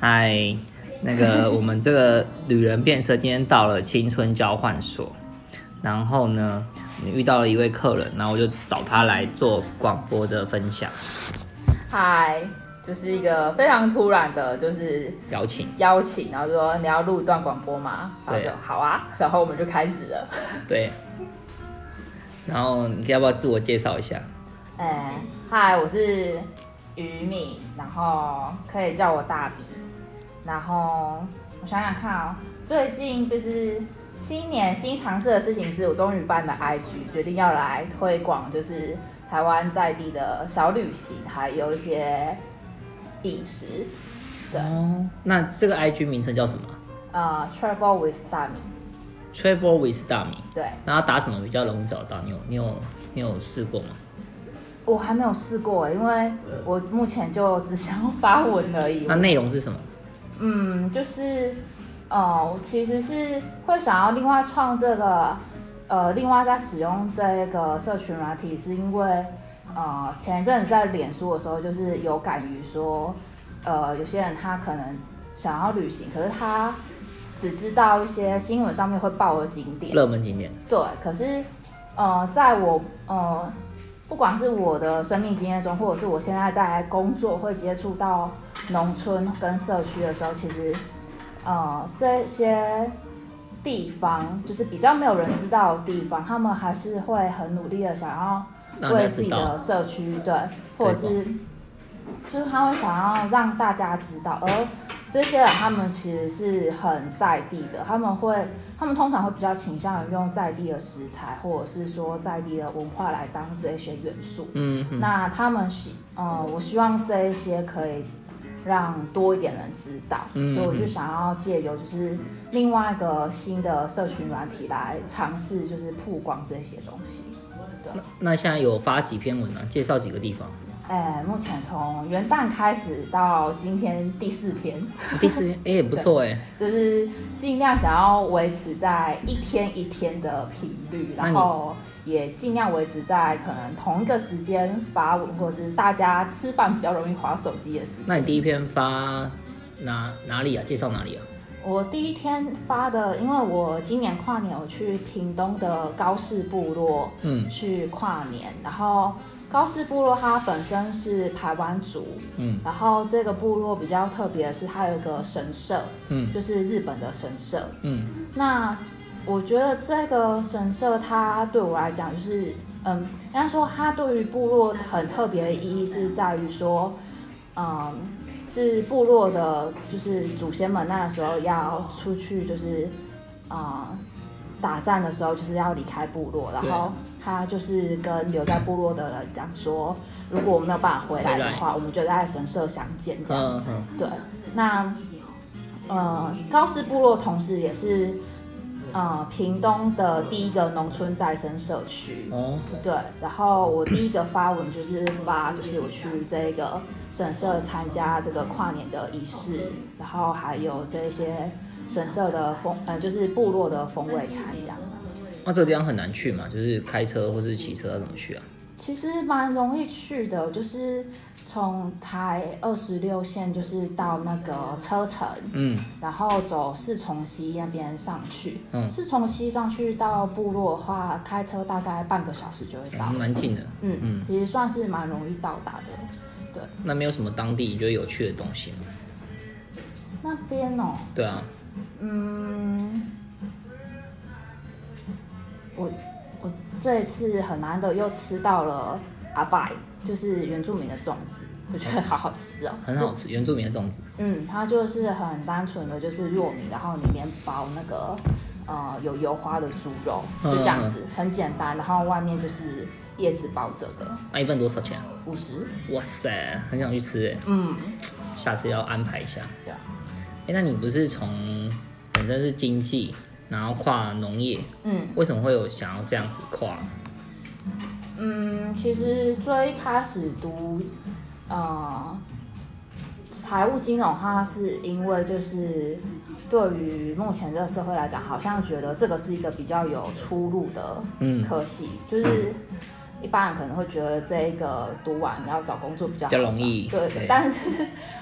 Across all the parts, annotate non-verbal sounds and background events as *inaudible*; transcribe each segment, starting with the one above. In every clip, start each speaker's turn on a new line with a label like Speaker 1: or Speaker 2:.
Speaker 1: 嗨，那个我们这个旅人变车今天到了青春交换所，然后呢，我们遇到了一位客人，然后我就找他来做广播的分享
Speaker 2: 嗨，就是一个非常突然的，就是
Speaker 1: 邀请。
Speaker 2: 邀请，然后就说你要录一段广播吗？然后
Speaker 1: 对
Speaker 2: 就好啊，然后我们就开始了。
Speaker 1: 对，然后你要不要自我介绍一下？
Speaker 2: 哎，嗨，我是于敏，然后可以叫我大鼻。然后我想想看哦，最近就是新年新尝试的事情是，我终于办了 IG，决定要来推广就是台湾在地的小旅行，还有一些饮食。对，
Speaker 1: 哦，那这个 IG 名称叫什么
Speaker 2: 呃，Travel with 大米，
Speaker 1: ？Travel with 大米，
Speaker 2: 对
Speaker 1: 然后打什么比较容易找到？你有你有你有试过吗？
Speaker 2: 我还没有试过，欸因为我目前就只想发文而已。
Speaker 1: 那内容是什么？
Speaker 2: 嗯，就是，呃，我其实是会想要另外创这个，呃，另外在使用这个社群软体，是因为，呃，前一阵子在脸书的时候，就是有感于说，呃，有些人他可能想要旅行，可是他只知道一些新闻上面会报的景点，
Speaker 1: 热门景点。
Speaker 2: 对，可是，呃，在我呃，不管是我的生命经验中，或者是我现在在工作会接触到农村跟社区的时候，其实，呃，这些地方就是比较没有人知道的地方，他们还是会很努力的想要
Speaker 1: 让大
Speaker 2: 为
Speaker 1: 家
Speaker 2: 自
Speaker 1: 知
Speaker 2: 己
Speaker 1: 道
Speaker 2: 的社区，对，或者是就是他会想要让大家知道，而这些人他们其实是很在地的，他们会他们通常会比较倾向于用在地的食材，或者是说在地的文化来当这一些元素。
Speaker 1: 嗯哼，
Speaker 2: 那他们希呃，我希望这一些可以让多一点人知道，
Speaker 1: 嗯
Speaker 2: 所以我就想要借由就是另外一个新的社群软体来尝试，就是曝光这些东西。对。
Speaker 1: 那那现在有发几篇文啊？介绍几个地方？
Speaker 2: 哎，目前从元旦开始到今天第四篇，
Speaker 1: 第四
Speaker 2: *laughs*
Speaker 1: 篇，哎、也不错哎、
Speaker 2: 就是尽量想要维持在一天一天的频率，
Speaker 1: 那你
Speaker 2: 然后也尽量维持在可能同一个时间发文，或者是大家吃饭比较容易划手机的时间。
Speaker 1: 那你第一篇发哪哪里啊？介绍哪里啊？
Speaker 2: 我第一天发的，因为我今年跨年我去屏东的高氏部落，
Speaker 1: 嗯
Speaker 2: 去跨年，然后高氏部落它本身是排湾族，
Speaker 1: 嗯
Speaker 2: 然后这个部落比较特别的是，它有一个神社，
Speaker 1: 嗯
Speaker 2: 就是日本的神社。
Speaker 1: 嗯
Speaker 2: 那我觉得这个神社它对我来讲就是，嗯，应该说它对于部落很特别的意义是在于说，嗯，是部落的，就是祖先们那时候要出去，就是啊、嗯打仗的时候就是要离开部落，然
Speaker 1: 对
Speaker 2: 后他就是跟留在部落的人讲说，如果我们没有办法回来的话，我们就在神社相见这样
Speaker 1: 嗯
Speaker 2: 子。
Speaker 1: 嗯，
Speaker 2: 对，那呃，高氏部落同时也是呃屏东的第一个农村再生社区。
Speaker 1: 哦，
Speaker 2: 对，然后我第一个发文就是发，就是我去这个神社参加这个跨年的仪式，然后还有这些神社的风，呃，就是部落的风味餐这样子。
Speaker 1: 那这个地方很难去嘛，就是开车或是骑车要怎么去啊？
Speaker 2: 其实蛮容易去的，就是从台二十六线，就是到那个车城，
Speaker 1: 嗯，
Speaker 2: 然后走四重溪那边上去。
Speaker 1: 嗯
Speaker 2: 四重溪上去到部落的话，开车大概半个小时就会到
Speaker 1: 还。蛮近的。
Speaker 2: 嗯，其实算是蛮容易到达的。
Speaker 1: 那没有什么当地你觉得有趣的东西吗？
Speaker 2: 那边哦，
Speaker 1: 对啊，
Speaker 2: 嗯，我我这一次很难得又吃到了阿拜，就是原住民的粽子，我觉得好好吃哦，
Speaker 1: 很好吃，原住民的粽子。
Speaker 2: 嗯，它就是很单纯的就是糯米，然后里面包那个呃有油花的猪肉，就这样子，很简单。然后外面就是叶子包着的，
Speaker 1: 那一份多少钱？啊
Speaker 2: 五十。
Speaker 1: 哇塞，很想去吃哎，
Speaker 2: 嗯，
Speaker 1: 下次要安排一下。
Speaker 2: 对啊，
Speaker 1: 哎、那你不是从本身是经济，然后跨农业，
Speaker 2: 嗯
Speaker 1: 为什么会有想要这样子跨？
Speaker 2: 嗯，其实最一开始读呃财务金融，它是因为就是对于目前这个社会来讲，好像觉得这个是一个比较有出路的
Speaker 1: 嗯
Speaker 2: 科系，就是一般人可能会觉得这一个读完要找工作比较好
Speaker 1: 比较容易
Speaker 2: 找对，
Speaker 1: 对
Speaker 2: 但是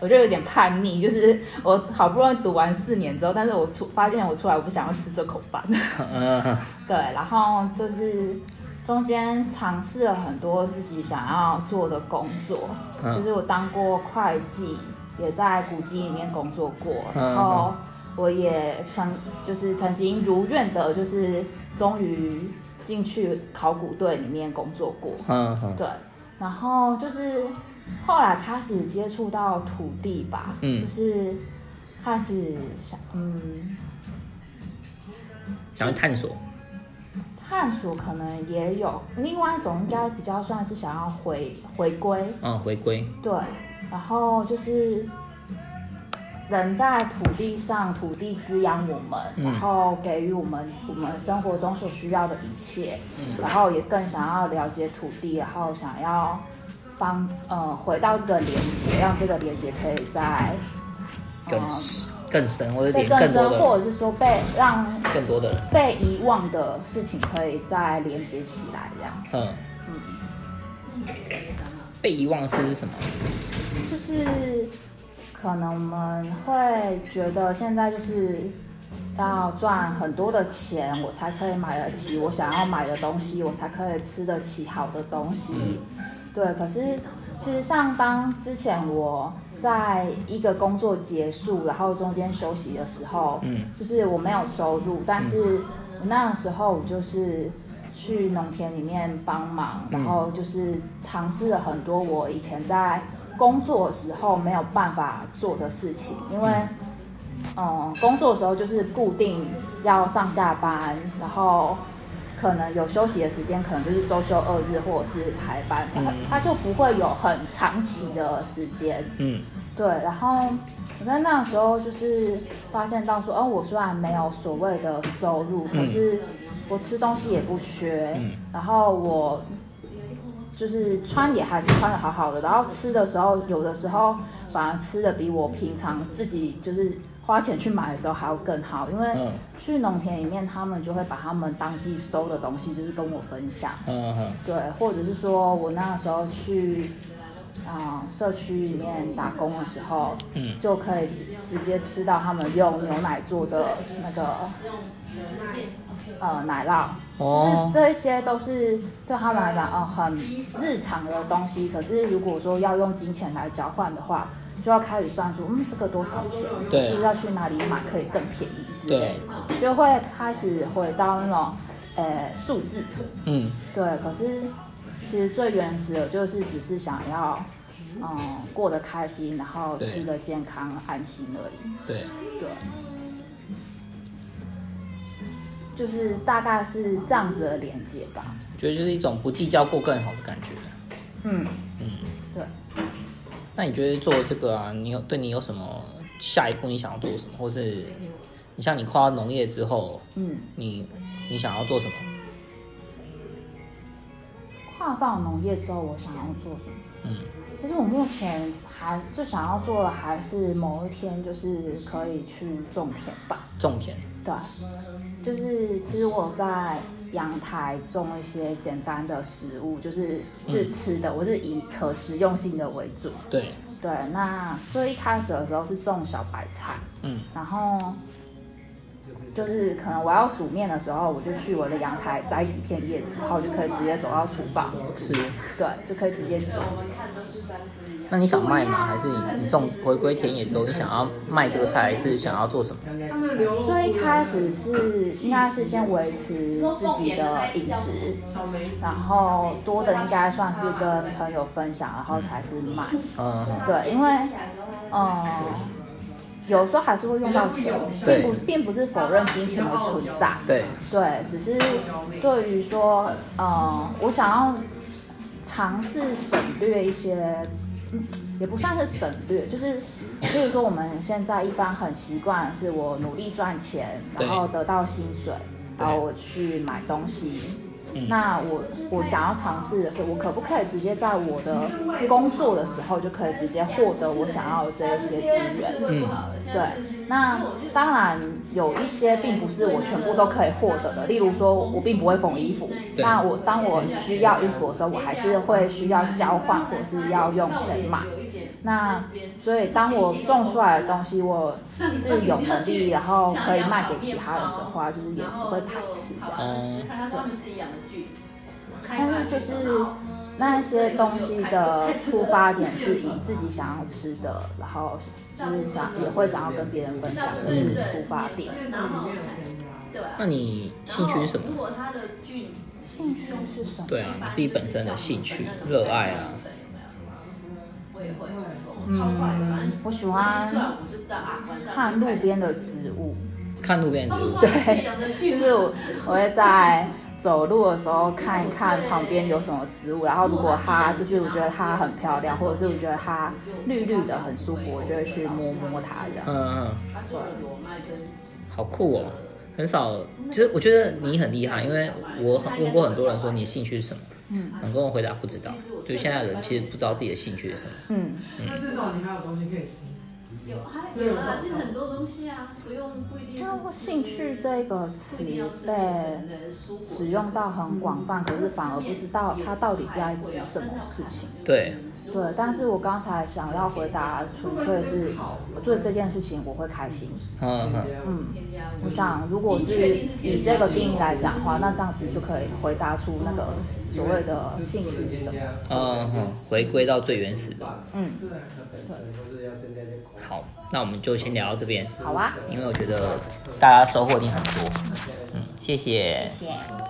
Speaker 2: 我就有点叛逆，就是我好不容易读完四年之后，但是我出发现我出来我不想要吃这口饭，
Speaker 1: 嗯，
Speaker 2: 对，然后就是中间尝试了很多自己想要做的工作，
Speaker 1: 嗯
Speaker 2: 就是我当过会计，也在古籍里面工作过，
Speaker 1: 嗯
Speaker 2: 然后我也曾就是曾经如愿的，就是终于进去考古队里面工作过，
Speaker 1: 嗯嗯
Speaker 2: 对，然后就是后来开始接触到土地吧，
Speaker 1: 嗯
Speaker 2: 就是开始想嗯
Speaker 1: 想要探索，
Speaker 2: 探索可能也有，另外一种应该比较算是想要回回归，
Speaker 1: 嗯，回归，
Speaker 2: 对，然后就是人在土地上，土地滋养我们，
Speaker 1: 嗯
Speaker 2: 然后给予我们我们生活中所需要的一切，
Speaker 1: 嗯
Speaker 2: 然后也更想要了解土地，然后想要帮呃回到这个连接，让这个连接可以在
Speaker 1: 更
Speaker 2: 呃
Speaker 1: 更深，或者
Speaker 2: 被
Speaker 1: 连
Speaker 2: 更
Speaker 1: 更多
Speaker 2: 深，
Speaker 1: 的
Speaker 2: 或
Speaker 1: 人，
Speaker 2: 者是说被让
Speaker 1: 更多的人，
Speaker 2: 被遗忘的事情可以再连接起来，这样。
Speaker 1: 嗯，被遗忘的事是什么？
Speaker 2: 就是可能我们会觉得现在就是要赚很多的钱，我才可以买得起我想要买的东西，我才可以吃得起好的东西。对，可是其实像当之前我在一个工作结束，然后中间休息的时候，
Speaker 1: 嗯
Speaker 2: 就是我没有收入，但是我那时候我就是去农田里面帮忙，
Speaker 1: 嗯
Speaker 2: 然后就是尝试了很多我以前在工作的时候没有办法做的事情，因为
Speaker 1: 嗯
Speaker 2: 嗯，工作的时候就是固定要上下班，然后可能有休息的时间，可能就是周休二日或者是排班，它
Speaker 1: 嗯
Speaker 2: 它就不会有很长期的时间。
Speaker 1: 嗯
Speaker 2: 对，然后我在那时候就是发现到说，哦，我虽然没有所谓的收入，可是我吃东西也不缺，
Speaker 1: 嗯
Speaker 2: 然后我就是穿也还是穿的好好的，然后吃的时候有的时候反而吃的比我平常自己就是花钱去买的时候还要更好，因为
Speaker 1: 嗯
Speaker 2: 去农田里面他们就会把他们当季收的东西就是跟我分享。
Speaker 1: 嗯嗯
Speaker 2: 对，或者是说我那时候去啊、社区里面打工的时候，
Speaker 1: 嗯，
Speaker 2: 就可以直直接吃到他们用牛奶做的那个呃奶酪。就是
Speaker 1: 哦，
Speaker 2: 这些都是对他们来讲，呃，很日常的东西。可是如果说要用金钱来交换的话，就要开始算出，嗯，这个多少钱？
Speaker 1: 对
Speaker 2: 是不是要去哪里买可以更便宜之类
Speaker 1: 对
Speaker 2: 的？就会开始回到那种，呃，数字。
Speaker 1: 嗯
Speaker 2: 对，可是其实最原始的就是只是想要，嗯，过得开心，然后
Speaker 1: 对
Speaker 2: 吃得健康、安心而已。
Speaker 1: 对，
Speaker 2: 对，就是大概是这样子的连接吧。
Speaker 1: 觉得就是一种不计较过更好的感觉。
Speaker 2: 嗯，
Speaker 1: 嗯，
Speaker 2: 对。
Speaker 1: 那你觉得做这个啊，你有对你有什么下一步你想要做什么，或是你像你跨到农业之后，
Speaker 2: 嗯，
Speaker 1: 你你想要做什么？
Speaker 2: 跨到农业之后，我想要做什么？
Speaker 1: 嗯
Speaker 2: 其实我目前还最想要做的还是某一天就是可以去种田吧。
Speaker 1: 种田，
Speaker 2: 对，就是其实我在阳台种一些简单的食物，就是是吃的，我是以可食用性的为主。
Speaker 1: 对，
Speaker 2: 对，那最一开始的时候是种小白菜，
Speaker 1: 嗯
Speaker 2: 然后就是可能我要煮面的时候，我就去我的阳台摘几片叶子，然后就可以直接走到厨房，
Speaker 1: 是。
Speaker 2: 对，就可以直接煮。
Speaker 1: 那你想卖吗？还是你你种回归田野之后，你想要卖这个菜，还是想要做什么？
Speaker 2: 最一开始是应该是先维持自己的饮食，然后多的应该算是跟朋友分享，然后才是卖。
Speaker 1: 嗯嗯
Speaker 2: 对，因为嗯，有时候还是会用到钱，并
Speaker 1: 对
Speaker 2: 不并不是否认金钱的存在。
Speaker 1: 对，
Speaker 2: 对，只是对于说，嗯，我想要尝试省略一些，嗯，也不算是省略，就是，比如说我们现在一般很习惯是我努力赚钱，然
Speaker 1: 对
Speaker 2: 后得到薪水，
Speaker 1: 对
Speaker 2: 然后我去买东西，那我我想要尝试的是，我可不可以直接在我的工作的时候就可以直接获得我想要的这一些资源？
Speaker 1: 嗯
Speaker 2: 对，那当然有一些并不是我全部都可以获得的，例如说我并不会缝衣服，
Speaker 1: 对
Speaker 2: 那我当我需要衣服的时候，我还是会需要交换或者是要用钱买。那所以当我种出来啊的东西，我是有能力，然后可以卖给其他人的话，就是也不会排斥。
Speaker 1: 哦
Speaker 2: 但是就是那些东西的出发点是以自己想要吃的，然后就是想嗯也会想要跟别人分享，这是出发点。
Speaker 1: 嗯
Speaker 3: 对啊
Speaker 1: 那你兴趣是什么？？
Speaker 2: 兴趣是什么？
Speaker 1: 对啊，你自己本身的兴趣、热爱啊。
Speaker 2: 嗯，我喜欢啊看路边的植物，
Speaker 1: 看路
Speaker 3: 嗯
Speaker 1: 边的植物，
Speaker 3: 对
Speaker 2: 就是我我会在走路的时候看一看旁边有什么植物，然后如果它就是我觉得它很漂亮，或者是我觉得它绿绿的很舒服，我就会去摸摸它这样。
Speaker 1: 嗯，嗯好酷哦，很少。就是我觉得你很厉害，因为我很问过很多人说你兴趣是什么，
Speaker 2: 嗯
Speaker 1: 很多人回答不知道。就是现在人其实不知道自己的兴趣是什么。
Speaker 2: 嗯，
Speaker 4: 那至少你还有东西可以吃。
Speaker 3: 有还有啊，其实很多东西啊，不用不一定
Speaker 2: 那我
Speaker 3: 是
Speaker 2: 兴趣这个词
Speaker 3: 不一定要吃
Speaker 2: 被
Speaker 3: 本人蔬果
Speaker 2: 使用到很广泛，可是反而不知道它到底是在指什么事情。
Speaker 1: 对，
Speaker 2: 对，但是我刚才想要回答，纯粹是我做这件事情我会开心。
Speaker 1: 嗯嗯，
Speaker 2: 嗯，我想如果是以这个定义来讲的话，那这样子就可以回答出那个所谓的兴趣是什么。
Speaker 1: 嗯嗯，回归到最原始的。
Speaker 2: 嗯，
Speaker 1: 好，那我们就先聊到这边，
Speaker 2: 好啊，
Speaker 1: 因为我觉得大家收获一定很多。嗯，谢谢
Speaker 2: 谢谢。